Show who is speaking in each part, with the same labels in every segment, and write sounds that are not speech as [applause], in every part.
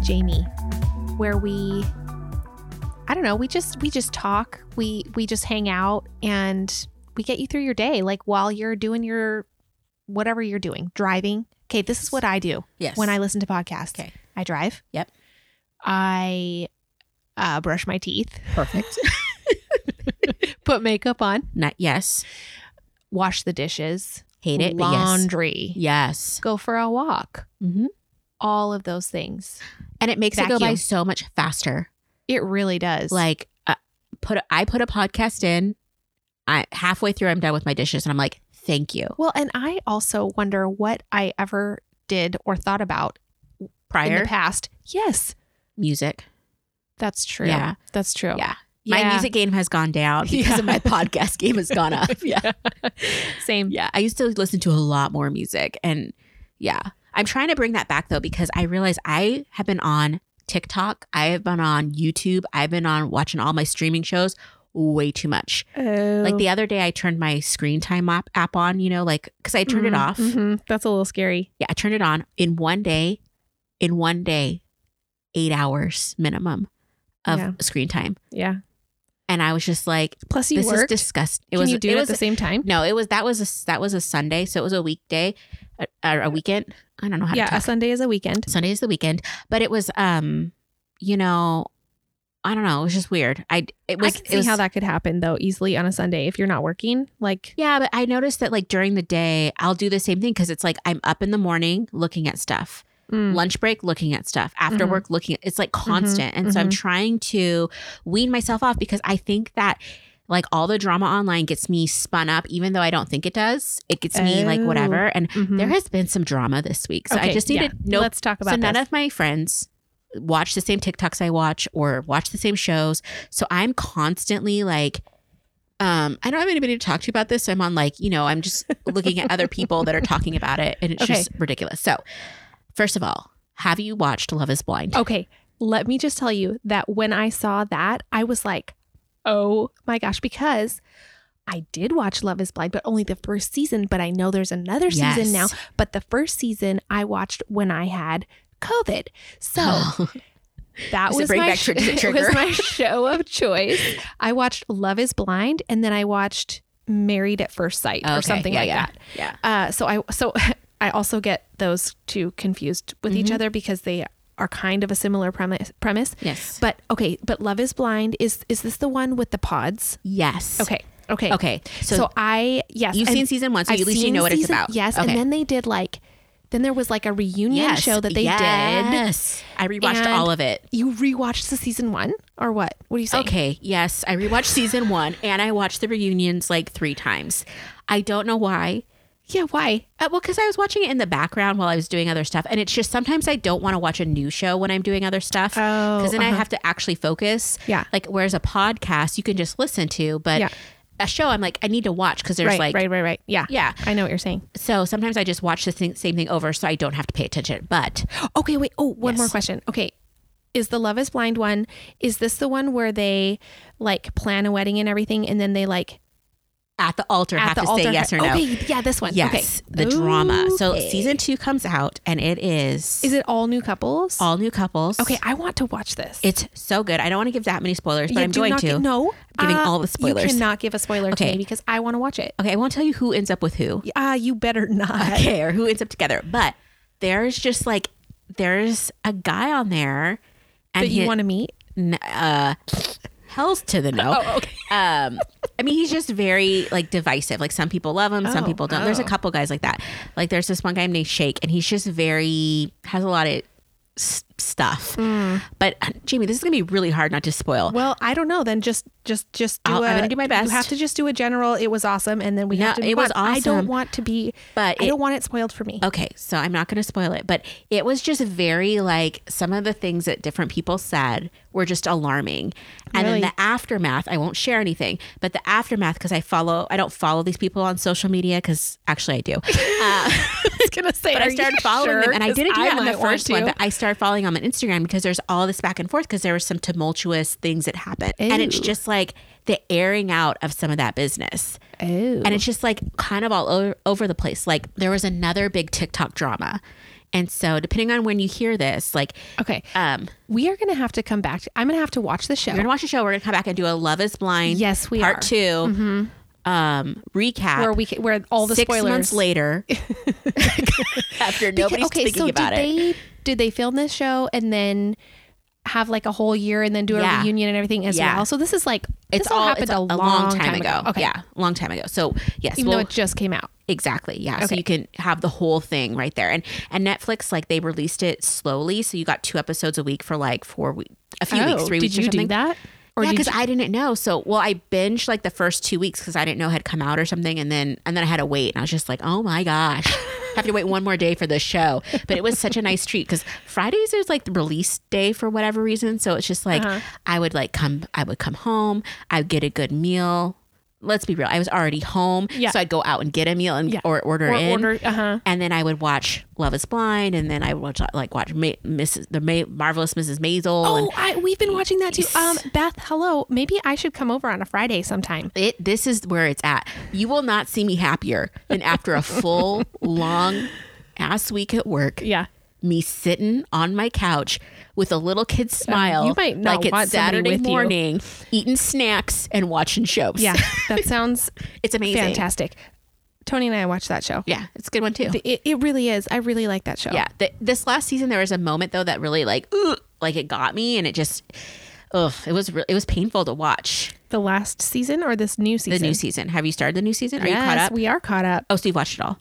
Speaker 1: Jamie, where we I don't know, we just we just talk, we we just hang out and we get you through your day like while you're doing your whatever you're doing, driving. Okay, this is what I do
Speaker 2: Yes.
Speaker 1: when I listen to podcasts.
Speaker 2: Okay.
Speaker 1: I drive.
Speaker 2: Yep.
Speaker 1: I uh, brush my
Speaker 2: [laughs]
Speaker 1: teeth,
Speaker 2: perfect.
Speaker 1: put makeup on,
Speaker 2: Not yes.
Speaker 1: wash the dishes,
Speaker 2: Hate it. but yes.
Speaker 1: laundry,
Speaker 2: Yes.
Speaker 1: go for a walk,
Speaker 2: Mm-hmm.
Speaker 1: all of those things.
Speaker 2: And it makes it go by
Speaker 1: Vacuum.
Speaker 2: so much faster.
Speaker 1: It really does.
Speaker 2: Like uh, put I put a podcast in. I halfway through I'm done with my dishes and I'm like, thank you.
Speaker 1: well, and I also wonder what I ever did or thought about in
Speaker 2: Prior
Speaker 1: the past. Yes,
Speaker 2: music.
Speaker 1: that's true.
Speaker 2: Yeah.
Speaker 1: That's true.
Speaker 2: Yeah. My music game has gone [laughs] down because of
Speaker 1: Yeah.
Speaker 2: my podcast game has gone up. [laughs] Yeah.
Speaker 1: Same.
Speaker 2: Yeah, I used to listen to a lot more music. And yeah, I'm trying to bring that back though, because I realize I have been on TikTok, I have been on YouTube, I've been on watching all my streaming shows way too much.
Speaker 1: Oh.
Speaker 2: Like the other day, I turned my screen time app, app on, you know, like, because I turned it
Speaker 1: Mhm,
Speaker 2: off.
Speaker 1: mhm. That's a little scary.
Speaker 2: Yeah, I turned it on in one day, in one day, eight hours minimum of
Speaker 1: Yeah.
Speaker 2: screen time.
Speaker 1: Yeah.
Speaker 2: And I was just like,
Speaker 1: Plus, you
Speaker 2: this
Speaker 1: worked.
Speaker 2: is disgusting. It
Speaker 1: Can
Speaker 2: was
Speaker 1: you do it,
Speaker 2: it
Speaker 1: at
Speaker 2: was
Speaker 1: the same time?
Speaker 2: No, it was that was a that was a Sunday, so it was a weekday, a, a weekend. I don't know how
Speaker 1: Yeah,
Speaker 2: to
Speaker 1: a
Speaker 2: talk.
Speaker 1: Sunday is a weekend.
Speaker 2: Sunday is the weekend, but it was um, you know, I don't know. It was just weird. I it
Speaker 1: I
Speaker 2: was
Speaker 1: can
Speaker 2: it
Speaker 1: see
Speaker 2: was-
Speaker 1: how that could happen though easily on a Sunday if you're not working. Like,
Speaker 2: Yeah, but I noticed that like during the day, I'll do the same thing because it's like I'm up in the morning looking at stuff,
Speaker 1: mm,
Speaker 2: lunch break looking at stuff, after
Speaker 1: Mhm.
Speaker 2: work looking. At, it's like constant, and so I'm
Speaker 1: mhm.
Speaker 2: trying to wean myself off because I think that. Like all the drama online gets me spun up, even though I don't think it does. It gets me like
Speaker 1: Oh.
Speaker 2: whatever. And
Speaker 1: mhm.
Speaker 2: There has been some drama this week. So I
Speaker 1: Okay,
Speaker 2: just need
Speaker 1: yeah.
Speaker 2: to know.
Speaker 1: Let's talk about
Speaker 2: so none
Speaker 1: this.
Speaker 2: of my friends watch the same TikToks I watch or watch the same shows. So I'm constantly like, um, I don't have anybody to talk to about this. So I'm on like, you know, I'm just looking at other people that are talking about it and it's
Speaker 1: Okay.
Speaker 2: just ridiculous. So first of all, have you watched Love is Blind?
Speaker 1: okay, let me just tell you that when I saw that, I was like, "Oh my gosh!" Because I did watch Love Is Blind, but only the first season. But I know there's another
Speaker 2: Yes.
Speaker 1: season now. But the first season I watched when I had COVID, so
Speaker 2: [gasps] Oh,
Speaker 1: that
Speaker 2: Does it
Speaker 1: was
Speaker 2: bring
Speaker 1: my
Speaker 2: back
Speaker 1: sh-
Speaker 2: tr- does
Speaker 1: [laughs]
Speaker 2: it
Speaker 1: it was
Speaker 2: trigger?
Speaker 1: my show
Speaker 2: [laughs]
Speaker 1: of choice. I watched Love Is Blind, and then I watched Married at First Sight or
Speaker 2: Okay,
Speaker 1: something
Speaker 2: yeah,
Speaker 1: like
Speaker 2: yeah,
Speaker 1: that.
Speaker 2: yeah.
Speaker 1: Uh, so I so [laughs] I also get those two confused with
Speaker 2: Mm-hmm.
Speaker 1: each other because they are kind of a similar premise. Premise,
Speaker 2: Yes.
Speaker 1: but okay. But Love Is Blind is is this the one with the pods?
Speaker 2: yes.
Speaker 1: Okay, okay,
Speaker 2: Okay. So,
Speaker 1: So, I yes,
Speaker 2: you've
Speaker 1: and
Speaker 2: seen season one, so
Speaker 1: I've
Speaker 2: at least you
Speaker 1: seen
Speaker 2: know what
Speaker 1: season-
Speaker 2: it's about.
Speaker 1: Yes,
Speaker 2: Okay.
Speaker 1: and then they did like then there was like a reunion
Speaker 2: yes.
Speaker 1: show that they did.
Speaker 2: Yes. I rewatched
Speaker 1: And-
Speaker 2: all of it.
Speaker 1: You rewatched the season one or what? What do you say?
Speaker 2: Okay, yes, I rewatched season one and I watched the reunions like three times. I don't know why.
Speaker 1: Yeah. Why?
Speaker 2: Uh, well, because I was watching it in the background while I was doing other stuff, and it's just sometimes I don't want to watch a new show when I'm doing other stuff
Speaker 1: Oh,
Speaker 2: because then I have to actually focus.
Speaker 1: Yeah.
Speaker 2: like whereas a podcast you can just listen to, but
Speaker 1: Yeah.
Speaker 2: a show I'm like I need to watch because there's
Speaker 1: right.
Speaker 2: like
Speaker 1: right. Right. Right. Yeah.
Speaker 2: yeah.
Speaker 1: I know what you're saying.
Speaker 2: So sometimes I just watch the thing, same thing over, so I don't have to pay attention. But
Speaker 1: Okay, wait. Oh, one more
Speaker 2: Yes.
Speaker 1: question. Okay. Is the Love is Blind one, is this the one where they like plan a wedding and everything and then they like
Speaker 2: at the altar,
Speaker 1: at
Speaker 2: have
Speaker 1: the
Speaker 2: to
Speaker 1: altar?
Speaker 2: say yes or no.
Speaker 1: Okay, yeah, this one.
Speaker 2: Yes,
Speaker 1: okay.
Speaker 2: the drama. So
Speaker 1: Okay.
Speaker 2: season two comes out, and it is
Speaker 1: Is it all new couples?
Speaker 2: all new couples.
Speaker 1: Okay, I want to watch this.
Speaker 2: It's so good. I don't want to give that many spoilers, but
Speaker 1: Yeah,
Speaker 2: I'm
Speaker 1: do
Speaker 2: going
Speaker 1: not
Speaker 2: to.
Speaker 1: gi- no,
Speaker 2: I'm giving
Speaker 1: uh,
Speaker 2: all the spoilers.
Speaker 1: You cannot give a spoiler to
Speaker 2: Okay.
Speaker 1: me because I want to watch it.
Speaker 2: Okay, I won't tell you who ends up with who.
Speaker 1: Ah, you better not.
Speaker 2: Okay, or who ends up together. But there's just like there's a guy on there, and
Speaker 1: That you
Speaker 2: he-
Speaker 1: want to meet?
Speaker 2: n- uh, hell's to the no.
Speaker 1: Oh, okay. [laughs]
Speaker 2: Um, I mean, he's just very like divisive. Like some people love him, some
Speaker 1: Oh,
Speaker 2: people don't. There's a
Speaker 1: oh.
Speaker 2: couple guys like that. Like there's this one guy named Shake, and he's just very has a lot of s- stuff.
Speaker 1: Mm.
Speaker 2: But uh, Jamie, this is gonna be really hard not to spoil.
Speaker 1: Well, I don't know. Then just, just, just do
Speaker 2: I'll-
Speaker 1: a-
Speaker 2: I'm gonna do my best.
Speaker 1: You have to just do a general. It was awesome, and then we
Speaker 2: No,
Speaker 1: have to.
Speaker 2: it
Speaker 1: move
Speaker 2: was
Speaker 1: on. I don't
Speaker 2: awesome.
Speaker 1: want to be.
Speaker 2: But
Speaker 1: I
Speaker 2: it- Oh.
Speaker 1: don't want it spoiled for me.
Speaker 2: Okay, so I'm not going to spoil it, but it was just very like some of the things that different people said were just alarming. And
Speaker 1: Really?
Speaker 2: then the aftermath, I won't share anything, but the aftermath, because I follow, I don't follow these people on social media, because actually I
Speaker 1: [laughs]
Speaker 2: do.
Speaker 1: [laughs]
Speaker 2: Uh,
Speaker 1: I was gonna say,
Speaker 2: but I started following them, and I didn't do that in the first one, but I started following them on Instagram because there's all this back and forth because there were some tumultuous things that happened. And it's
Speaker 1: Ew.
Speaker 2: just like the airing out of some of that business.
Speaker 1: oh,
Speaker 2: And it's just like kind of all over, over the place. Like there was another big TikTok drama. And so, depending on when you hear this, like,
Speaker 1: Okay.
Speaker 2: um,
Speaker 1: We are going to have to come back. To, I'm going to have to watch the show.
Speaker 2: we're gonna watch the show. We're gonna come back and do a Love Is Blind
Speaker 1: yes, we
Speaker 2: part
Speaker 1: are. Mm-hmm.
Speaker 2: 2 um, recap.
Speaker 1: Where we ca- where all the
Speaker 2: six
Speaker 1: spoilers. [laughs]
Speaker 2: months later, after
Speaker 1: Beca-
Speaker 2: nobody's
Speaker 1: okay,
Speaker 2: thinking
Speaker 1: so
Speaker 2: about
Speaker 1: did
Speaker 2: it.
Speaker 1: they did they film this show and then have like a whole year and then do a
Speaker 2: Yeah.
Speaker 1: reunion and everything as
Speaker 2: Yeah.
Speaker 1: well? So this is like
Speaker 2: It's
Speaker 1: this
Speaker 2: all
Speaker 1: happened
Speaker 2: it's
Speaker 1: a, long, time ago. Okay,
Speaker 2: Yeah, a long time ago. So yes,
Speaker 1: even
Speaker 2: we'll-
Speaker 1: though it just came out.
Speaker 2: exactly. Yeah, so
Speaker 1: Okay.
Speaker 2: you can have the whole thing right there. And and Netflix like they released it slowly, so you got two episodes a week for like four weeks, a few weeks, three
Speaker 1: Oh, did
Speaker 2: weeks.
Speaker 1: you
Speaker 2: or something.
Speaker 1: do that? Or
Speaker 2: yeah,
Speaker 1: did
Speaker 2: because
Speaker 1: you,
Speaker 2: I didn't know. So, well, I binged like the first two weeks because I didn't know it had come out or something, and then and then I had to wait, and I was just like, oh my gosh, I have to wait one more day for this show. But it was such a nice treat because Fridays is like the release day for whatever reason. So it's just like
Speaker 1: Uh-huh.
Speaker 2: I would like come, I would come home, I'd get a good meal. Let's be real, I was already home,
Speaker 1: Yeah.
Speaker 2: so I'd go out and get a meal and
Speaker 1: Yeah.
Speaker 2: or order uh-huh.
Speaker 1: or
Speaker 2: in
Speaker 1: order? Uh huh.
Speaker 2: and then I would watch Love Is Blind, and then I would watch, like watch Ma- Mrs. the Ma- marvelous Mrs. Maisel.
Speaker 1: Oh,
Speaker 2: and
Speaker 1: I, we've been watching that too. Um, Beth, hello. Maybe I should come over on a Friday sometime.
Speaker 2: it this is where it's at. You will not see me happier than after
Speaker 1: [laughs]
Speaker 2: a full long ass week at work.
Speaker 1: Yeah.
Speaker 2: Me sitting on my couch with a little kid smile,
Speaker 1: you might not
Speaker 2: like it's
Speaker 1: want somebody
Speaker 2: Saturday
Speaker 1: with you.
Speaker 2: morning, eating snacks and watching shows. [laughs]
Speaker 1: Yeah. That sounds
Speaker 2: it's amazing.
Speaker 1: fantastic. Tony and I watched that show.
Speaker 2: Yeah, it's a good one too.
Speaker 1: It, it really is. I really like that show.
Speaker 2: yeah, th- this last season there was a moment though that really like, ooh, like it got me, and it just, ugh, it was re- it was painful to watch.
Speaker 1: The last season or this new
Speaker 2: the
Speaker 1: season?
Speaker 2: new season. Have you started the new season? Are you caught
Speaker 1: Yes,
Speaker 2: up?
Speaker 1: we are caught up.
Speaker 2: oh, so you've watched it all.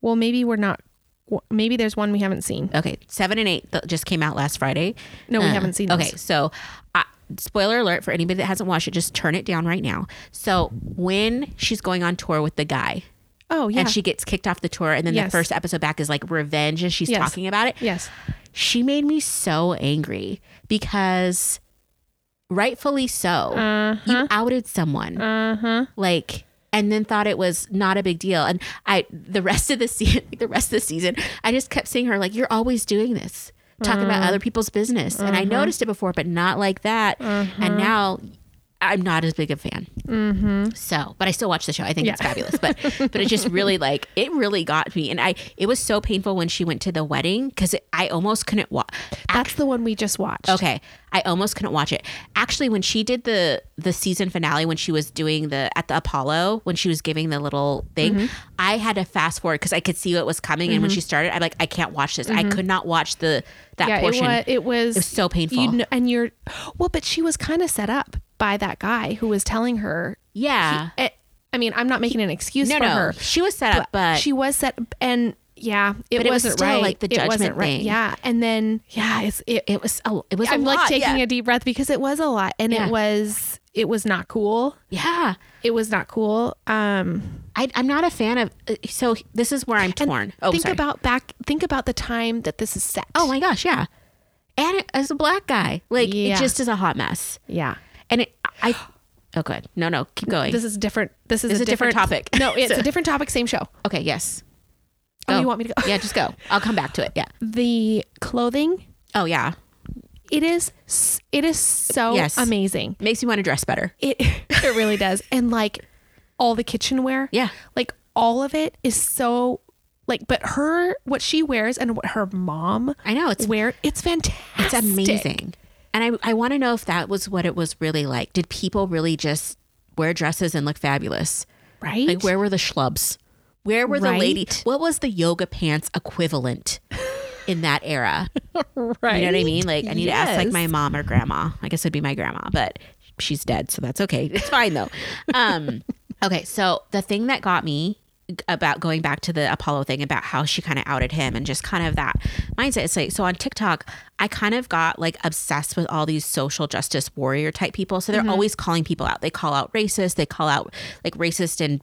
Speaker 1: Well, maybe we're not. w- Maybe there's one we haven't seen.
Speaker 2: Okay, seven and eight that just came out last Friday.
Speaker 1: No, we
Speaker 2: Uh,
Speaker 1: haven't seen.
Speaker 2: Okay,
Speaker 1: those.
Speaker 2: so uh, spoiler alert for anybody that hasn't watched it, just turn it down right now. So when she's going on tour with the guy.
Speaker 1: Oh yeah.
Speaker 2: And she gets kicked off the tour, and then the
Speaker 1: Yes.
Speaker 2: first episode back is like revenge as she's
Speaker 1: Yes.
Speaker 2: talking about it.
Speaker 1: yes.
Speaker 2: She made me so angry because, rightfully so,
Speaker 1: Uh huh.
Speaker 2: you outed someone.
Speaker 1: Uh huh.
Speaker 2: like and then thought it was not a big deal and i the rest of the season [laughs] the rest of the season i just kept seeing her like you're always doing this talking about
Speaker 1: Uh-huh.
Speaker 2: other people's business and i noticed it before but not like that and now i'm not as big a fan
Speaker 1: Uh-huh. Mm-hmm.
Speaker 2: so but i still watch the show i think it's
Speaker 1: Yeah.
Speaker 2: fabulous but
Speaker 1: [laughs]
Speaker 2: but it just really like it really got me and i it was so painful when she went to the wedding because i almost couldn't watch
Speaker 1: That's the one we just watched.
Speaker 2: Okay, I almost couldn't watch it. Actually, when she did the the season finale, when she was doing the at the Apollo, when she was giving the little thing,
Speaker 1: Mm-hmm.
Speaker 2: I had to fast forward because I could see what was coming. And when she started, I'm like, I can't watch this. I could not watch the that
Speaker 1: Mm-hmm. yeah,
Speaker 2: portion.
Speaker 1: it was. It was,
Speaker 2: It was so painful.
Speaker 1: You know, and you're. Well, but she was kind of set up by that guy who was telling her.
Speaker 2: yeah,
Speaker 1: eh, I mean, I'm not making an excuse
Speaker 2: no,
Speaker 1: for
Speaker 2: no,
Speaker 1: her.
Speaker 2: she was set up, but
Speaker 1: she was set and yeah, it
Speaker 2: But it was
Speaker 1: wasn't
Speaker 2: still,
Speaker 1: right.
Speaker 2: like, the
Speaker 1: it wasn't
Speaker 2: judgment
Speaker 1: right.
Speaker 2: thing.
Speaker 1: Yeah, and then yeah, it's it.
Speaker 2: it was a, it was. a
Speaker 1: I'm like
Speaker 2: lot,
Speaker 1: taking
Speaker 2: yeah.
Speaker 1: a deep breath because it was a lot, and
Speaker 2: Yeah.
Speaker 1: it was it was not cool.
Speaker 2: yeah.
Speaker 1: It was not cool. Um,
Speaker 2: I, I'm not a fan of. uh, So this is where I'm torn. Oh,
Speaker 1: think
Speaker 2: sorry.
Speaker 1: about back. Think about the time that this is set.
Speaker 2: oh my gosh, yeah. And it, as a black guy, like
Speaker 1: Yeah.
Speaker 2: it just is a hot mess.
Speaker 1: yeah.
Speaker 2: And it, I, oh, good. No, no, keep going.
Speaker 1: This is different. This is
Speaker 2: This
Speaker 1: a,
Speaker 2: is a different topic.
Speaker 1: [laughs] No, it's
Speaker 2: [laughs] So-
Speaker 1: a different topic. Same show.
Speaker 2: okay, yes.
Speaker 1: Oh,
Speaker 2: Go.
Speaker 1: you want me to go?
Speaker 2: Yeah, just go. I'll come back to it. Yeah.
Speaker 1: The clothing.
Speaker 2: Oh, yeah.
Speaker 1: It is. s- It is so
Speaker 2: Yes.
Speaker 1: amazing.
Speaker 2: Makes me want to dress better.
Speaker 1: It [laughs] it really does. And like all the kitchenware.
Speaker 2: Yeah.
Speaker 1: Like all of it is so like but her what she wears and what her mom
Speaker 2: I know. It's,
Speaker 1: wear it's fantastic.
Speaker 2: it's amazing. And I, I want to know if that was what it was really like. Did people really just wear dresses and look fabulous?
Speaker 1: Right?
Speaker 2: Like, where were the schlubs? Where were the lady?
Speaker 1: Right?
Speaker 2: What was the yoga pants equivalent in that era?
Speaker 1: [laughs] right.
Speaker 2: You know what I mean? Like I need to ask like
Speaker 1: Yes.
Speaker 2: my mom or grandma. I guess it'd be my grandma, but she's dead, so that's okay. It's fine though. Um [laughs] okay, so the thing that got me about going back to the Apollo thing about how she kind of outed him and just kind of that mindset. It's like so on TikTok, I kind of got like obsessed with all these social justice warrior type people. So they're always calling people out. They call out racist, they call out like racist and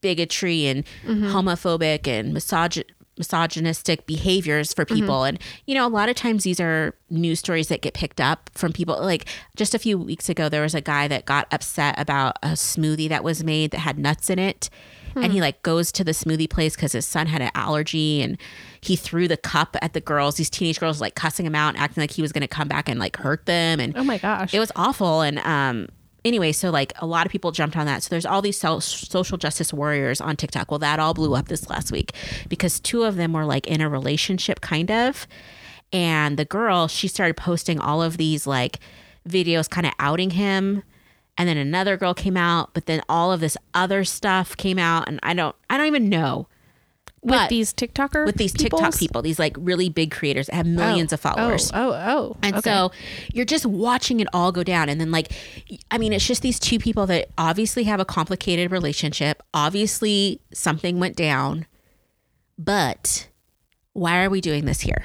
Speaker 2: bigotry and homophobic and misogyn misogynistic behaviors for people and you know a lot of times these are news stories that get picked up from people like just a few weeks ago there was a guy that got upset about a smoothie that was made that had nuts in it and he like goes to the smoothie place because his son had an allergy and he threw the cup at the girls these teenage girls like cussing him out and acting like he was going to come back and like hurt them and
Speaker 1: Oh my gosh.
Speaker 2: it was awful and um anyway, so like a lot of people jumped on that. So there's all these so- social justice warriors on TikTok. Well, that all blew up this last week because two of them were like in a relationship, kind of. And the girl, she started posting all of these like videos kind of outing him. And then another girl came out, but then all of this other stuff came out. And I don't, I don't even know
Speaker 1: with
Speaker 2: But-
Speaker 1: these TikToker
Speaker 2: with these TikTok
Speaker 1: peoples?
Speaker 2: people, these like really big creators that have millions of followers.
Speaker 1: Oh, oh, oh.
Speaker 2: And
Speaker 1: okay.
Speaker 2: so you're just watching it all go down. And then, like, I mean, it's just these two people that obviously have a complicated relationship. Obviously, something went down. But why are we doing this here?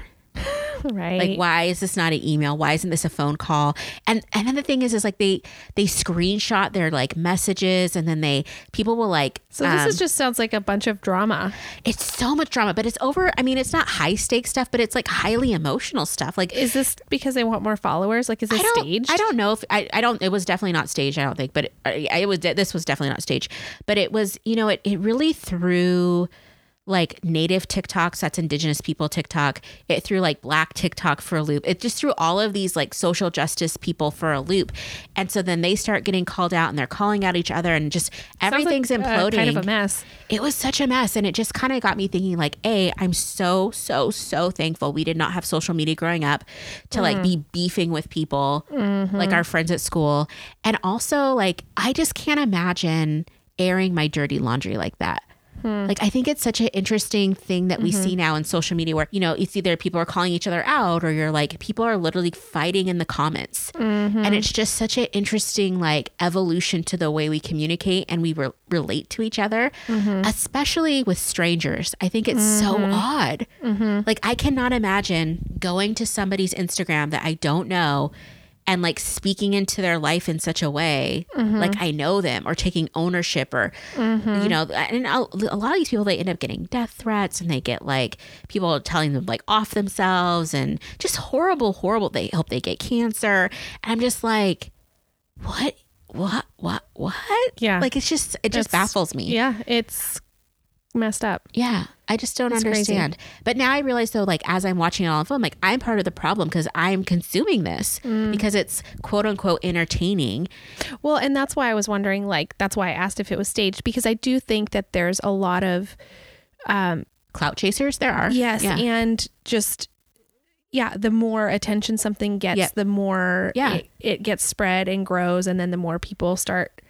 Speaker 1: right.
Speaker 2: Like, why is this not an email? Why isn't this a phone call? And and then the thing is, is like they they screenshot their like messages, and then they people will like.
Speaker 1: so this
Speaker 2: um,
Speaker 1: is just sounds like a bunch of drama.
Speaker 2: it's so much drama, but it's over. I mean, it's not high stakes stuff, but it's like highly emotional stuff. Like
Speaker 1: Is this because they want more followers? Like, is this
Speaker 2: I don't,
Speaker 1: staged?
Speaker 2: I don't know if I, I don't. It was definitely not staged. I don't think, but it, I- it was. This was definitely not staged. But it was. You know, it it really threw like native TikToks. That's indigenous people TikTok. It threw like black TikTok for a loop. It just threw all of these like social justice people for a loop. And so then they start getting called out, and they're calling out each other, and just
Speaker 1: Sounds like,
Speaker 2: everything's
Speaker 1: uh,
Speaker 2: imploding
Speaker 1: kind of a mess.
Speaker 2: it was such a mess and it just kind of got me thinking like a i'm so so so thankful we did not have social media growing up to like be beefing with people like our friends at school and also like i just can't imagine airing my dirty laundry like that like i think it's such an interesting thing that we see now in social media where you know it's either people are calling each other out or you're like people are literally fighting in the comments and it's just such an interesting like evolution to the way we communicate and we re- relate to each other especially with strangers i think it's so odd like i cannot imagine going to somebody's instagram that i don't know and like speaking into their life in such a way
Speaker 1: Mm-hmm.
Speaker 2: like i know them or taking ownership or you know and a a lot of these people they end up getting death threats and they get like people telling them like off themselves and just horrible horrible they hope they get cancer and i'm just like what what what what
Speaker 1: Yeah.
Speaker 2: like it's just it just
Speaker 1: That's-
Speaker 2: baffles me
Speaker 1: Yeah, it's messed up.
Speaker 2: yeah, I just don't
Speaker 1: It's crazy.
Speaker 2: understand. But now I realize though, like as I'm watching it all on film, like I'm part of the problem because I'm consuming this
Speaker 1: Mm.
Speaker 2: because it's quote unquote entertaining.
Speaker 1: Well, and that's why I was wondering, like, that's why I asked if it was staged because I do think that there's a lot of, um,
Speaker 2: Clout chasers, there are.
Speaker 1: yes,
Speaker 2: Yeah.
Speaker 1: and just, yeah, the more attention something gets,
Speaker 2: Yep.
Speaker 1: the more
Speaker 2: Yeah.
Speaker 1: it, it gets spread and grows, and then the more people start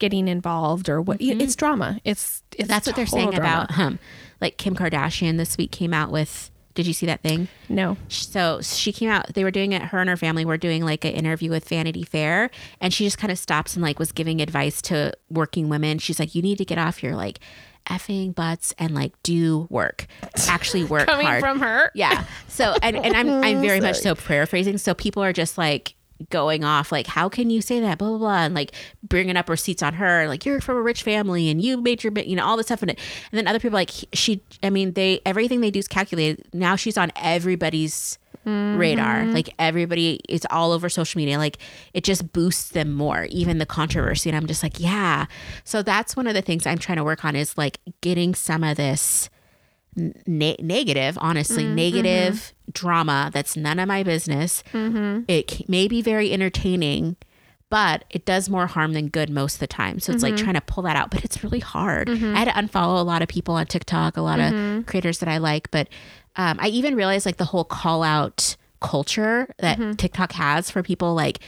Speaker 1: getting involved or what. It's drama. It's, it's
Speaker 2: Mm-hmm. That's what they're
Speaker 1: total
Speaker 2: saying
Speaker 1: drama.
Speaker 2: about um like Kim Kardashian this week came out with did you see that thing?
Speaker 1: No,
Speaker 2: so she came out they were doing it her and her family were doing like an interview with vanity fair and she just kind of stops and like was giving advice to working women she's like you need to get off your like effing butts and like do work actually
Speaker 1: [laughs]
Speaker 2: work
Speaker 1: coming
Speaker 2: hard
Speaker 1: from her.
Speaker 2: yeah so and, and i'm i'm very much so paraphrasing so people are just like going off like how can you say that blah blah blah and like bringing up receipts on her like you're from a rich family and you made your bi- you know all this stuff and, it, and then other people like he- she i mean they everything they do is calculated now she's on everybody's radar like everybody it's all over social media like it just boosts them more even the controversy and i'm just like yeah so that's one of the things i'm trying to work on is like getting some of this ne- negative, honestly, negative drama that's none of my business. It c- may be very entertaining, but it does more harm than good most of the time. So it's like trying to pull that out, but it's really hard. I had to unfollow a lot of people on TikTok, a lot of creators that I like, but um, I even realized like the whole call out culture that TikTok has for people like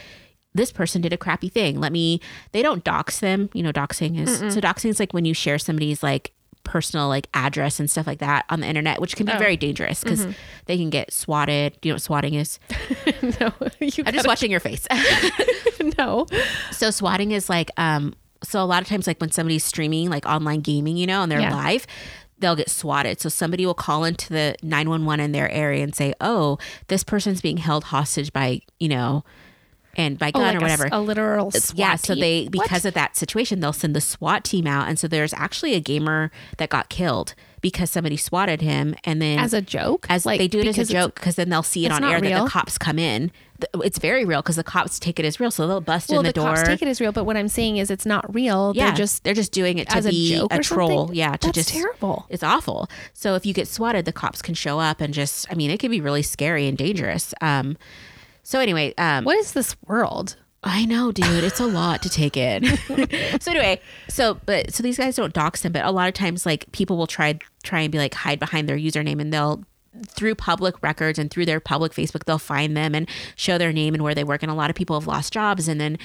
Speaker 2: this person did a crappy thing. Let me they don't dox them. You know, doxing is so doxing is like when you share somebody's like personal like address and stuff like that on the internet, which can
Speaker 1: Oh.
Speaker 2: be very dangerous because
Speaker 1: Mm-hmm.
Speaker 2: they can get swatted. Do You know what swatting is?
Speaker 1: no, you
Speaker 2: I'm just watching your face. [laughs]
Speaker 1: [laughs] no.
Speaker 2: so swatting is like um so a lot of times like when somebody's streaming like online gaming, you know, and they're
Speaker 1: Yeah.
Speaker 2: live, they'll get swatted. So somebody will call into the 911 in their area and say, "Oh, this person's being held hostage by, you know, and by gun
Speaker 1: Oh, like a
Speaker 2: or
Speaker 1: s-
Speaker 2: whatever."
Speaker 1: A, literal SWAT
Speaker 2: yeah so
Speaker 1: team.
Speaker 2: they
Speaker 1: What?
Speaker 2: because of that situation they'll send the swat team out and so there's actually a gamer that got killed because somebody swatted him and then
Speaker 1: as a joke,
Speaker 2: as
Speaker 1: like
Speaker 2: they do it as a
Speaker 1: because it's-
Speaker 2: joke because then they'll see it
Speaker 1: it's
Speaker 2: on
Speaker 1: not
Speaker 2: air that
Speaker 1: real.
Speaker 2: the cops come in Th- it's very real because the cops take it as real so they'll bust
Speaker 1: Well,
Speaker 2: in the,
Speaker 1: the,
Speaker 2: door
Speaker 1: cops take it as real, but what I'm saying is it's not real.
Speaker 2: yeah
Speaker 1: They're just
Speaker 2: they're just doing it to
Speaker 1: as a
Speaker 2: be
Speaker 1: joke
Speaker 2: a
Speaker 1: or
Speaker 2: troll
Speaker 1: something?
Speaker 2: yeah to
Speaker 1: That's
Speaker 2: just
Speaker 1: terrible.
Speaker 2: it's awful so if you get swatted the cops can show up and just i mean it can be really scary and dangerous um so anyway um
Speaker 1: what is this world?
Speaker 2: I know, dude. It's a lot to take in. [laughs] so anyway, so but so these guys don't dox them, but a lot of times like people will try try and be like hide behind their username and they'll through public records and through their public Facebook, they'll find them and show their name and where they work. And a lot of people have lost jobs. And then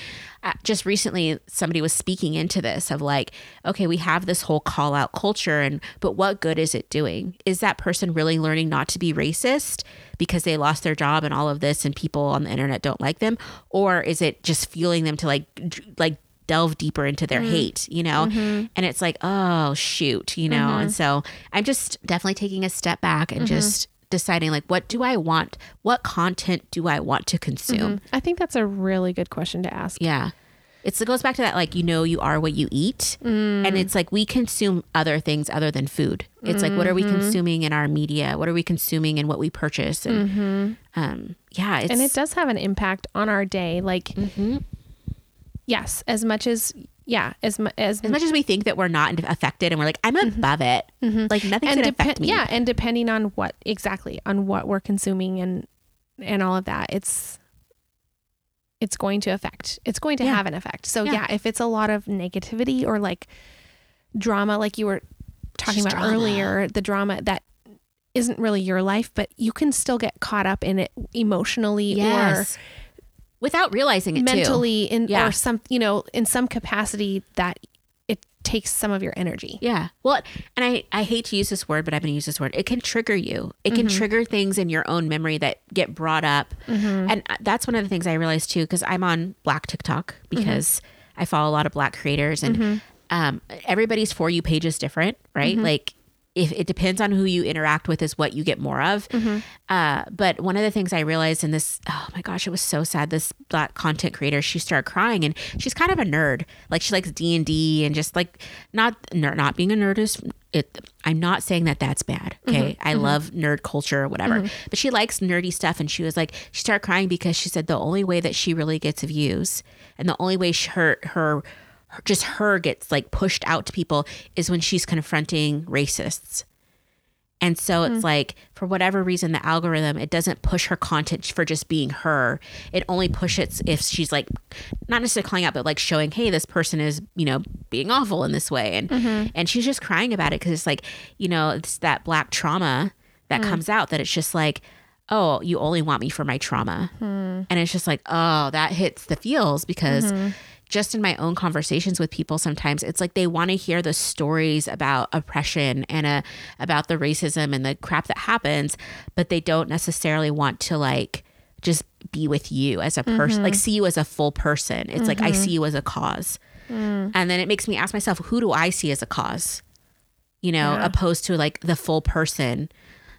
Speaker 2: uh, just recently, somebody was speaking into this of like, okay, we have this whole call out culture, and but what good is it doing? Is that person really learning not to be racist because they lost their job and all of this, and people on the internet don't like them, or is it just fueling them to like, dr- like delve deeper into their hate, you know? And it's like, oh, shoot, you know? And so I'm just definitely taking a step back and just deciding, like, what do I want? What content do I want to consume?
Speaker 1: I think that's a really good question to ask.
Speaker 2: Yeah. It's, it goes back to that, like, you know, you are what you eat. And it's like we consume other things other than food. It's like, what are we
Speaker 1: Mm-hmm.
Speaker 2: consuming in our media? What are we consuming in what we purchase? And um, yeah,
Speaker 1: Mm. And
Speaker 2: it's, Mm-hmm.
Speaker 1: Mm-hmm. it does have an impact on our day. Like, yes, as much as, yeah, as, mu- as,
Speaker 2: as much as we think that we're not affected and we're like, I'm above it, like, nothing's going to affect me.
Speaker 1: Mm-hmm. yeah and depending on what exactly on what we're consuming and and all of that it's it's going to affect it's going to
Speaker 2: Yeah.
Speaker 1: have an effect so
Speaker 2: Yeah.
Speaker 1: yeah. if it's a lot of negativity or like drama like you were talking
Speaker 2: Just
Speaker 1: about
Speaker 2: drama.
Speaker 1: earlier the drama that isn't really your life but you can still get caught up in it emotionally or
Speaker 2: Yes. Without realizing it too.
Speaker 1: mentally in
Speaker 2: Yeah.
Speaker 1: or some you know in some capacity that it takes some of your energy
Speaker 2: Yeah. Well, and I, I hate to use this word, but I'm going to use this word. It can trigger you. It can trigger things in your own memory that get brought up. And uh, that's one of the things I realized too, because I'm on Black TikTok because I follow a lot of Black creators and um, everybody's For You page is different, right? Like, if it depends on who you interact with is what you get more of uh, but one of the things i realized in this oh my gosh it was so sad this black content creator she started crying and she's kind of a nerd like she likes d&d and just like not nerd, not being a nerd is it, i'm not saying that that's bad okay i love nerd culture or whatever but she likes nerdy stuff and she was like she started crying because she said the only way that she really gets views and the only way she, her her her- just her gets like pushed out to people is when she's confronting racists. And so it's like for whatever reason the algorithm it doesn't push her content for just being her. It only pushes if she's like not necessarily calling out but like showing hey this person is, you know, being awful in this way and and she's just crying about it cuz it's like, you know, it's that black trauma that comes out that it's just like oh, you only want me for my trauma. And it's just like, oh, that hits the feels because just in my own conversations with people sometimes it's like they want to hear the stories about oppression and uh, about the racism and the crap that happens, but they don't necessarily want to like just be with you as a person, like see you as a full person. It's like I see you as a cause. Mm-hmm. And then it makes me ask myself, who do I see as a cause? You know, opposed to like the full person.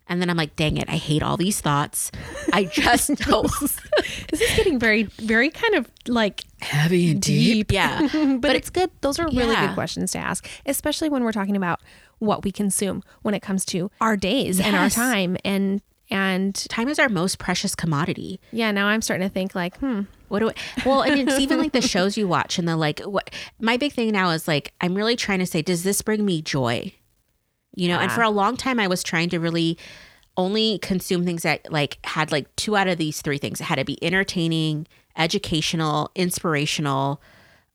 Speaker 2: And then I'm like, dang it, I hate all these thoughts. I just [laughs] don't.
Speaker 1: [laughs] this is getting very very kind of like
Speaker 2: Heavy and
Speaker 1: deep.
Speaker 2: [laughs] Yeah.
Speaker 1: but, it's good. Those are really
Speaker 2: Yeah.
Speaker 1: good questions to ask, especially when we're talking about what we consume when it comes to our days and our
Speaker 2: Yes.
Speaker 1: time and and
Speaker 2: Time is our most precious commodity.
Speaker 1: yeah, now I'm starting to think like, hmm,
Speaker 2: What do I, well, and it's even like the shows you watch and the like. What my big thing now is like, I'm really trying to say, does this bring me joy? You know, and for a long time, I was trying to really only consume things that like had like two out of these three things. It had to be entertaining, educational, inspirational,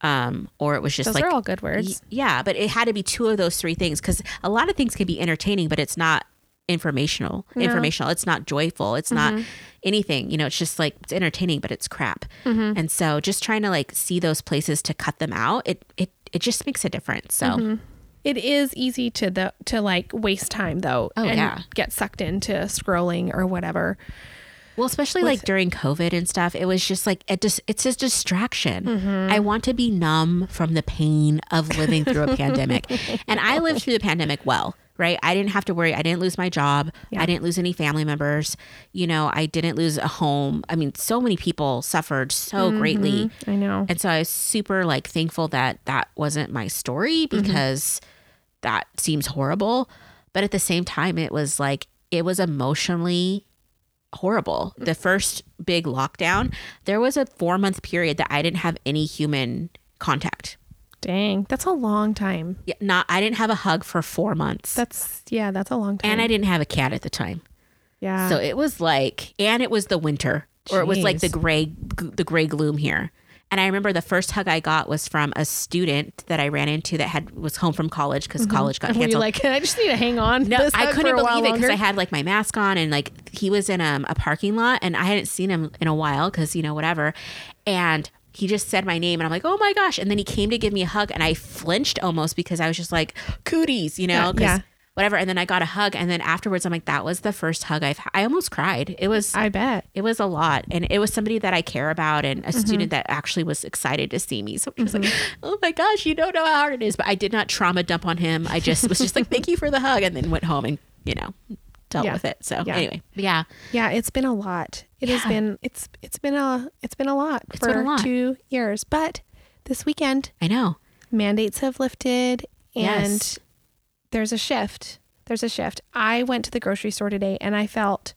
Speaker 2: um, or it was just
Speaker 1: those
Speaker 2: like
Speaker 1: are all good words.
Speaker 2: Y- Yeah, but it had to be two of those three things because a lot of things can be entertaining, but it's not informational. Informational. It's not joyful. It's not anything. You know, it's just like it's entertaining, but it's crap. And so, just trying to like see those places to cut them out, it it it just makes a difference. So
Speaker 1: It is easy to the to like waste time though
Speaker 2: Oh,
Speaker 1: and
Speaker 2: yeah.
Speaker 1: get sucked into scrolling or whatever.
Speaker 2: Well, especially like during COVID and stuff, it was just like it just it's a distraction. I want to be numb from the pain of living through a pandemic. And I lived through the pandemic well, right? I didn't have to worry. I didn't lose my job. I didn't lose any family members. You know, I didn't lose a home. I mean, so many people suffered so greatly.
Speaker 1: I know.
Speaker 2: And so I was super like thankful that that wasn't my story because that seems horrible. But at the same time, it was like, it was emotionally horrible. The first big lockdown, there was a four month period that I didn't have any human contact.
Speaker 1: Dang, that's a long time.
Speaker 2: Yeah, Not, I didn't have a hug for four months.
Speaker 1: That's yeah, that's a long time.
Speaker 2: and I didn't have a cat at the time.
Speaker 1: yeah.
Speaker 2: So it was like, and it was the winter, or it was like
Speaker 1: Jeez.
Speaker 2: the gray, the gray gloom here. And I remember the first hug I got was from a student that I ran into that had was home from college because
Speaker 1: Mhm.
Speaker 2: college got
Speaker 1: And were you
Speaker 2: canceled.
Speaker 1: like, [laughs] I just need to hang on.
Speaker 2: No,
Speaker 1: this
Speaker 2: I
Speaker 1: hug
Speaker 2: couldn't
Speaker 1: for a while
Speaker 2: believe it because I
Speaker 1: longer?"
Speaker 2: had like my mask on and like he was in um, a parking lot and I hadn't seen him in a while because you know whatever, and he just said my name and I'm like oh my gosh and then he came to give me a hug and I flinched almost because I was just like cooties you know
Speaker 1: Yeah,
Speaker 2: 'cause
Speaker 1: yeah.
Speaker 2: whatever and then I got a hug and then afterwards I'm like that was the first hug I've I almost cried it was
Speaker 1: I bet.
Speaker 2: it was a lot and it was somebody that i care about and
Speaker 1: Mm-hmm.
Speaker 2: a student that actually was excited to see me so she was like [gasps] oh my gosh you don't know how hard it is but i did not trauma dump on him i just was just like thank you for the hug and then went home and you know dealt
Speaker 1: Yeah.
Speaker 2: with it so
Speaker 1: Yeah.
Speaker 2: anyway yeah
Speaker 1: Yeah, it's been a lot. It has
Speaker 2: Yeah.
Speaker 1: been it's it's been a it's been a lot
Speaker 2: It's
Speaker 1: for
Speaker 2: been a lot.
Speaker 1: two years. But this weekend,
Speaker 2: i know
Speaker 1: mandates have lifted and
Speaker 2: Yes.
Speaker 1: there's a shift. There's a shift. I went to the grocery store today and I felt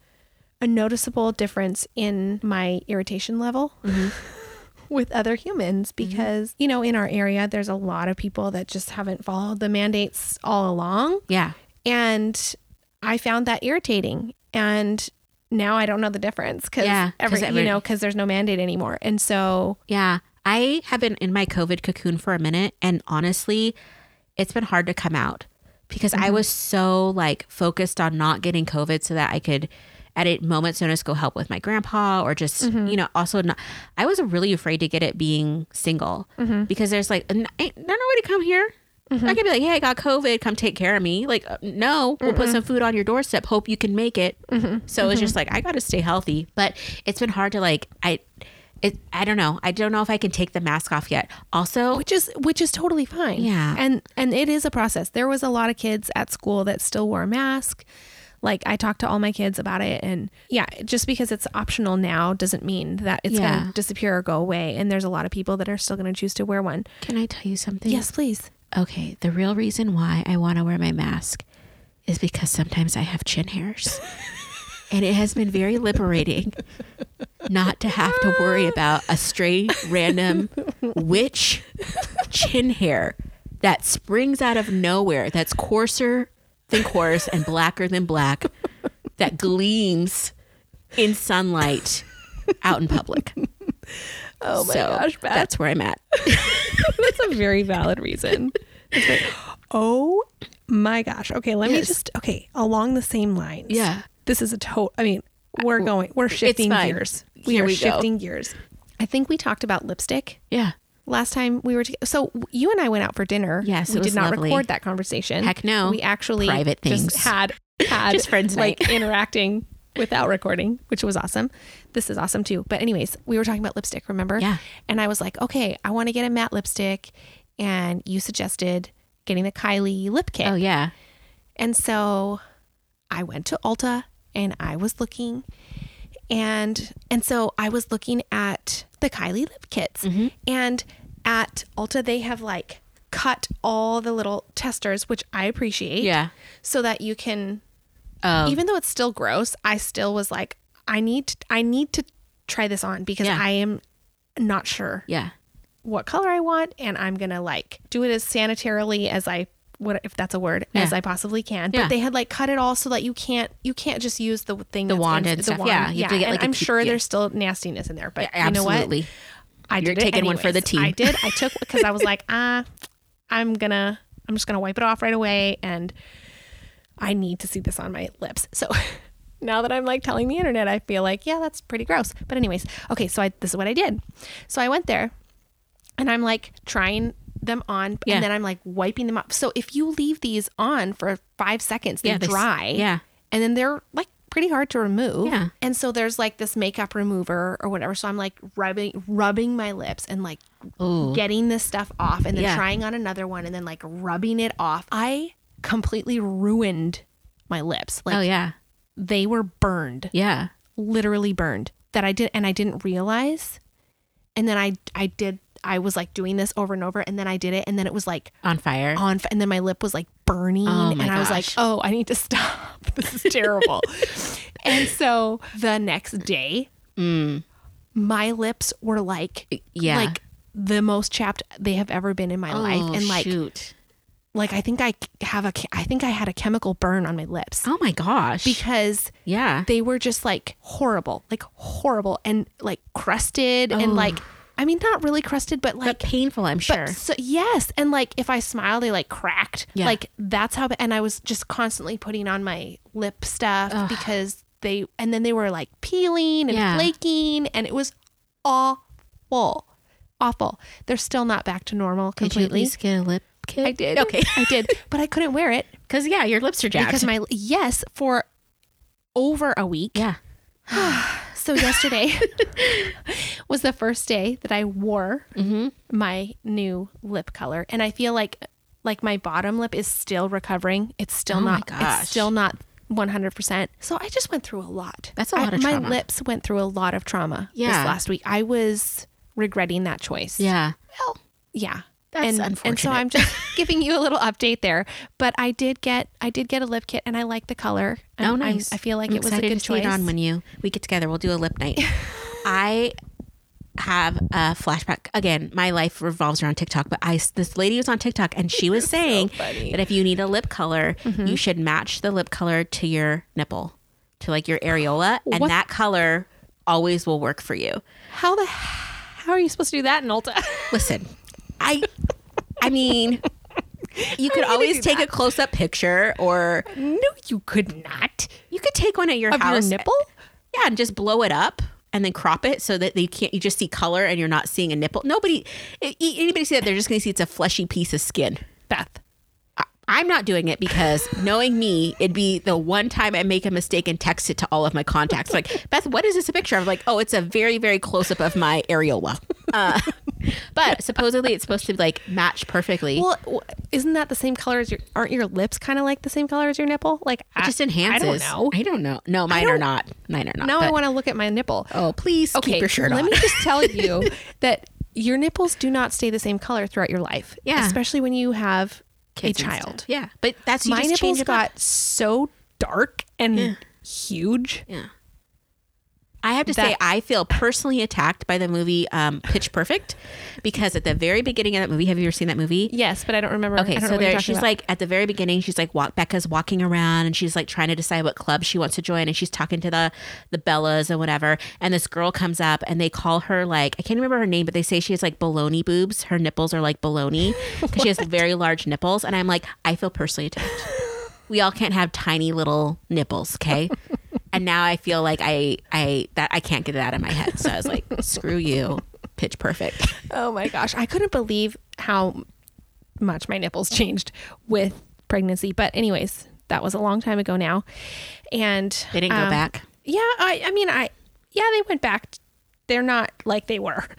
Speaker 1: a noticeable difference in my irritation level
Speaker 2: Mm-hmm.
Speaker 1: [laughs] with other humans because, you know, in our area, there's a lot of people that just haven't followed the mandates all along.
Speaker 2: yeah
Speaker 1: And I found that irritating. And now I don't know the difference because
Speaker 2: Yeah, 'cause
Speaker 1: every,
Speaker 2: every-
Speaker 1: you know, because there's no mandate anymore. And so,
Speaker 2: yeah i have been in my covid cocoon for a minute and honestly it's been hard to come out because i was so like focused on not getting covid so that i could at a moment's notice go help with my grandpa or just you know also not i was really afraid to get it being single because there's like "N- ain't there nobody come here i could be like hey i got covid come take care of me like uh, no we'll put some food on your doorstep hope you can make it so it's just like i gotta stay healthy but it's been hard to like i it, I don't know. I don't know if I can take the mask off yet. Also,
Speaker 1: which is which is totally fine.
Speaker 2: Yeah.
Speaker 1: And and it is a process. There was a lot of kids at school that still wore a mask. Like I talked to all my kids about it and yeah, just because it's optional now doesn't mean that it's going
Speaker 2: Yeah.
Speaker 1: to disappear or go away and there's a lot of people that are still going to choose to wear one.
Speaker 2: can I tell you something?
Speaker 1: Yes, please.
Speaker 2: Okay, the real reason why I want to wear my mask is because sometimes I have chin
Speaker 1: [laughs]
Speaker 2: hairs. and it has been very liberating not to have to worry about a stray random witch chin hair that springs out of nowhere, that's coarser than coarse and blacker than black, that gleams in sunlight out in public.
Speaker 1: Oh
Speaker 2: so that's where I'm at.
Speaker 1: [laughs] That's a very valid reason. That's very- oh my gosh. Okay, let me
Speaker 2: Yes.
Speaker 1: just okay, along the same lines.
Speaker 2: Yeah.
Speaker 1: This is a total I mean, we're going we're shifting
Speaker 2: fine.
Speaker 1: gears. We
Speaker 2: Here
Speaker 1: are
Speaker 2: we go.
Speaker 1: shifting gears. I think we talked about lipstick
Speaker 2: Yeah.
Speaker 1: last time we were together. So you and I went out for dinner.
Speaker 2: Yes, it
Speaker 1: we
Speaker 2: was
Speaker 1: did not
Speaker 2: lovely.
Speaker 1: record that conversation.
Speaker 2: Heck no.
Speaker 1: We actually
Speaker 2: Private
Speaker 1: just
Speaker 2: things. [laughs]
Speaker 1: had had
Speaker 2: Just friends
Speaker 1: like
Speaker 2: [laughs]
Speaker 1: interacting without recording, which was awesome. This is awesome too. But anyways, we were talking about lipstick, remember?
Speaker 2: Yeah.
Speaker 1: And I was like, okay, I want to get a matte lipstick, and you suggested getting the Kylie lip kit.
Speaker 2: Oh, yeah.
Speaker 1: And so I went to Ulta and I was looking and and so I was looking at the Kylie lip kits.
Speaker 2: Mm-hmm.
Speaker 1: And at Ulta they have like cut all the little testers, which I appreciate.
Speaker 2: Yeah.
Speaker 1: So that you can
Speaker 2: Oh,
Speaker 1: even though it's still gross, I still was like, I need I need to try this on because
Speaker 2: Yeah.
Speaker 1: I am not sure
Speaker 2: yeah.
Speaker 1: what color I want, and I'm gonna like do it as sanitarily as I what if that's a word as
Speaker 2: Yeah.
Speaker 1: I possibly can. But
Speaker 2: Yeah.
Speaker 1: they had like cut it all so that you can't you can't just use the thing the
Speaker 2: wand and stuff. Yeah,
Speaker 1: yeah.
Speaker 2: you have to get,
Speaker 1: and
Speaker 2: like, a
Speaker 1: I'm
Speaker 2: cute-
Speaker 1: sure
Speaker 2: yeah.
Speaker 1: there's still nastiness in there, but
Speaker 2: Yeah,
Speaker 1: you know what?
Speaker 2: absolutely.
Speaker 1: I
Speaker 2: You're
Speaker 1: did it
Speaker 2: taking one for the
Speaker 1: anyways.
Speaker 2: team.
Speaker 1: I did. I took because I was like, [laughs] ah, I'm gonna I'm just gonna wipe it off right away, and I need to see this on my lips. So. [laughs] Now that I'm like telling the internet, I feel like, yeah, that's pretty gross. But, anyways, okay, so I, this is what I did. So I went there and I'm like trying them on
Speaker 2: Yeah.
Speaker 1: and then I'm like wiping them up. So if you leave these on for five seconds, they
Speaker 2: Yeah, they s-
Speaker 1: dry.
Speaker 2: yeah.
Speaker 1: And then they're like pretty hard to remove.
Speaker 2: Yeah.
Speaker 1: And so there's like this makeup remover or whatever. So I'm like rubbing rubbing my lips and like
Speaker 2: Ooh.
Speaker 1: getting this stuff off and then
Speaker 2: Yeah.
Speaker 1: trying on another one and then like rubbing it off. I completely ruined my lips. Like
Speaker 2: oh yeah.
Speaker 1: they were burned
Speaker 2: Yeah.
Speaker 1: literally burned that I did and I didn't realize. And then I I did I was like doing this over and over and then I did it and then it was like
Speaker 2: On fire.
Speaker 1: on f- and then my lip was like burning
Speaker 2: Oh, my
Speaker 1: and I was like,
Speaker 2: gosh.
Speaker 1: "Oh, I need to stop. [laughs] This is terrible."
Speaker 2: [laughs]
Speaker 1: and so the next day,
Speaker 2: Mm.
Speaker 1: my lips were like
Speaker 2: yeah.
Speaker 1: like the most chapped they have ever been in my life and like
Speaker 2: oh, shoot.
Speaker 1: like I think I have a I think I had a chemical burn on my lips
Speaker 2: Oh my gosh.
Speaker 1: because
Speaker 2: yeah. Oh.
Speaker 1: they were just like horrible, like horrible and like crusted and like I mean, not really crusted, but
Speaker 2: but
Speaker 1: like
Speaker 2: painful, I'm sure.
Speaker 1: But so, yes, and like if I smiled, they like cracked.
Speaker 2: Yeah.
Speaker 1: Like that's how. And I was just constantly putting on my lip stuff
Speaker 2: Ugh.
Speaker 1: because they, and then they were like peeling and
Speaker 2: Yeah.
Speaker 1: flaking, and it was awful, awful. They're still not back to normal
Speaker 2: Did you at
Speaker 1: completely.
Speaker 2: least get a lip kit?
Speaker 1: I did.
Speaker 2: Okay.
Speaker 1: I
Speaker 2: [laughs]
Speaker 1: did, but I couldn't wear it
Speaker 2: Because yeah, your lips are jacked.
Speaker 1: because my yes for over a week.
Speaker 2: yeah.
Speaker 1: So yesterday [laughs] was the first day that I wore
Speaker 2: Mm-hmm.
Speaker 1: my new lip color and i feel like like my bottom lip is still recovering it's still
Speaker 2: Oh my
Speaker 1: not
Speaker 2: gosh.
Speaker 1: it's still not 100% so i just went through a lot
Speaker 2: That's a lot
Speaker 1: I,
Speaker 2: of
Speaker 1: my
Speaker 2: trauma.
Speaker 1: lips went through a lot of trauma this
Speaker 2: Yeah.
Speaker 1: last week i was regretting that choice
Speaker 2: Yeah.
Speaker 1: well yeah and,
Speaker 2: That's
Speaker 1: and so
Speaker 2: unfortunate.
Speaker 1: i'm just [laughs] giving you a little update there but i did get i did get a lip kit and i like the color I'm-
Speaker 2: oh,
Speaker 1: I'm-
Speaker 2: nice.
Speaker 1: i feel like
Speaker 2: I'm
Speaker 1: it was a
Speaker 2: excited
Speaker 1: good
Speaker 2: to see
Speaker 1: choice
Speaker 2: it on when you we get together. We'll do a
Speaker 1: [laughs]
Speaker 2: lip night. I have a flashback again. My life revolves around TikTok, but I this lady was on TikTok and
Speaker 1: [laughs]
Speaker 2: she was saying
Speaker 1: funny. Mm-hmm.
Speaker 2: that if you need a lip color, you should match the lip color to your nipple, to like your areola, and
Speaker 1: What?
Speaker 2: that color always will work for you.
Speaker 1: how the how are you supposed to do that in [laughs] ulta
Speaker 2: Listen, I, I
Speaker 1: [laughs]
Speaker 2: mean. You could
Speaker 1: gonna
Speaker 2: always
Speaker 1: do
Speaker 2: take a close up picture or
Speaker 1: no you could not
Speaker 2: You could take one at your
Speaker 1: of your
Speaker 2: house.
Speaker 1: nipple
Speaker 2: Yeah, and just blow it up and then crop it so that you can't you just see color and you're not seeing a nipple. Nobody i- i- anybody see that they're just going to see it's a fleshy piece of skin.
Speaker 1: beth
Speaker 2: I'm not doing it because [laughs] knowing me, it'd be the one time I make a mistake and text it to all of my contacts. Like, [laughs] Beth, what is this a picture? of? like, oh, it's a very, very close up of my areola. Uh, [laughs] but supposedly it's supposed to like match perfectly.
Speaker 1: Well, w- isn't that the same color as your? Aren't your lips kind of like the same color as your nipple? Like I,
Speaker 2: it just enhances.
Speaker 1: I don't know.
Speaker 2: I don't know. No, mine are
Speaker 1: don't-
Speaker 2: not. Mine are not.
Speaker 1: now I
Speaker 2: but-
Speaker 1: want to look at my nipple.
Speaker 2: oh, please
Speaker 1: okay,
Speaker 2: keep your shirt
Speaker 1: let
Speaker 2: on.
Speaker 1: me just [laughs] tell you that your nipples do not stay the same color throughout your life.
Speaker 2: Yeah.
Speaker 1: especially when you have
Speaker 2: kids
Speaker 1: a
Speaker 2: and
Speaker 1: child.
Speaker 2: stuff. Yeah, but that's you
Speaker 1: my
Speaker 2: just change
Speaker 1: nipples
Speaker 2: it up.
Speaker 1: got so dark and huge.
Speaker 2: Yeah. I have to say,
Speaker 1: That-
Speaker 2: I feel personally attacked by the movie um, Pitch Perfect because at the very beginning of that movie, have you ever seen that movie?
Speaker 1: Yes, but I don't remember. I
Speaker 2: Okay,
Speaker 1: don't
Speaker 2: so
Speaker 1: know what you're
Speaker 2: there
Speaker 1: talking
Speaker 2: she's
Speaker 1: about.
Speaker 2: like at the very beginning, she's like walk, Becca's walking around and she's like trying to decide what club she wants to join, and she's talking to the the Bellas and whatever. And this girl comes up and they call her like I can't remember her name, but they say she has like baloney boobs. Her nipples are
Speaker 1: [laughs]
Speaker 2: like baloney because she has very large nipples. And I'm like, I feel personally attacked. we all can't have tiny little nipples, okay? and now I feel like I I that I can't get it out of my head. So I was like, screw you, Pitch Perfect.
Speaker 1: oh my gosh, I couldn't believe how much my nipples changed with pregnancy. But anyways, that was a long time ago now, and
Speaker 2: They didn't go
Speaker 1: um,
Speaker 2: back.
Speaker 1: Yeah, I, I mean, I, yeah, they went back. They're not like they were. [laughs]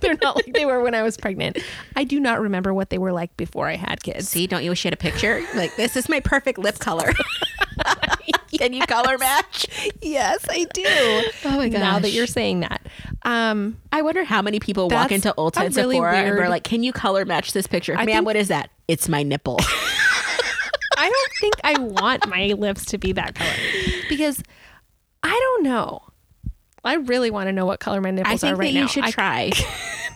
Speaker 1: They're not like they were when I was pregnant. I do not remember what they were like before I had kids.
Speaker 2: See, don't you wish you had a picture? [laughs] Like, this is my perfect lip color. [laughs] Can you color match?
Speaker 1: Yes, I do.
Speaker 2: Oh my
Speaker 1: Now that
Speaker 2: gosh.
Speaker 1: you're saying that, um,
Speaker 2: I wonder how many people walk
Speaker 1: That's
Speaker 2: into Ulta
Speaker 1: a
Speaker 2: and
Speaker 1: really
Speaker 2: Sephora and
Speaker 1: weird-
Speaker 2: are like, "Can you color match this picture, ma'am?
Speaker 1: think-
Speaker 2: what is that? It's my nipple."
Speaker 1: I don't think I want my lips to be that color because I don't know. I really want to know what color my nipples
Speaker 2: I
Speaker 1: are
Speaker 2: think
Speaker 1: right
Speaker 2: that
Speaker 1: now.
Speaker 2: you should
Speaker 1: I-
Speaker 2: [laughs] try.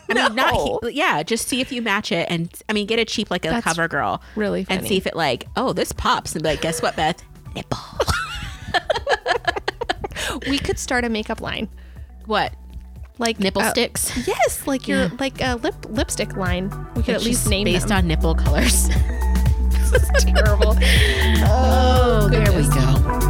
Speaker 2: I mean,
Speaker 1: No.
Speaker 2: not he- yeah. Just see if you match it, and I mean, get a cheap like a
Speaker 1: That's
Speaker 2: cover girl,
Speaker 1: really
Speaker 2: and
Speaker 1: funny.
Speaker 2: see if it like, oh, this pops, and be like, guess what, Beth? Nipple.
Speaker 1: we could start a makeup line,
Speaker 2: what?
Speaker 1: like
Speaker 2: Nipple
Speaker 1: uh,
Speaker 2: sticks.
Speaker 1: Yes, like your like a lip lipstick line. We could at
Speaker 2: It's
Speaker 1: least
Speaker 2: just
Speaker 1: name
Speaker 2: based
Speaker 1: them. [laughs]
Speaker 2: on nipple colors. [laughs]
Speaker 1: terrible.
Speaker 2: oh, there we go.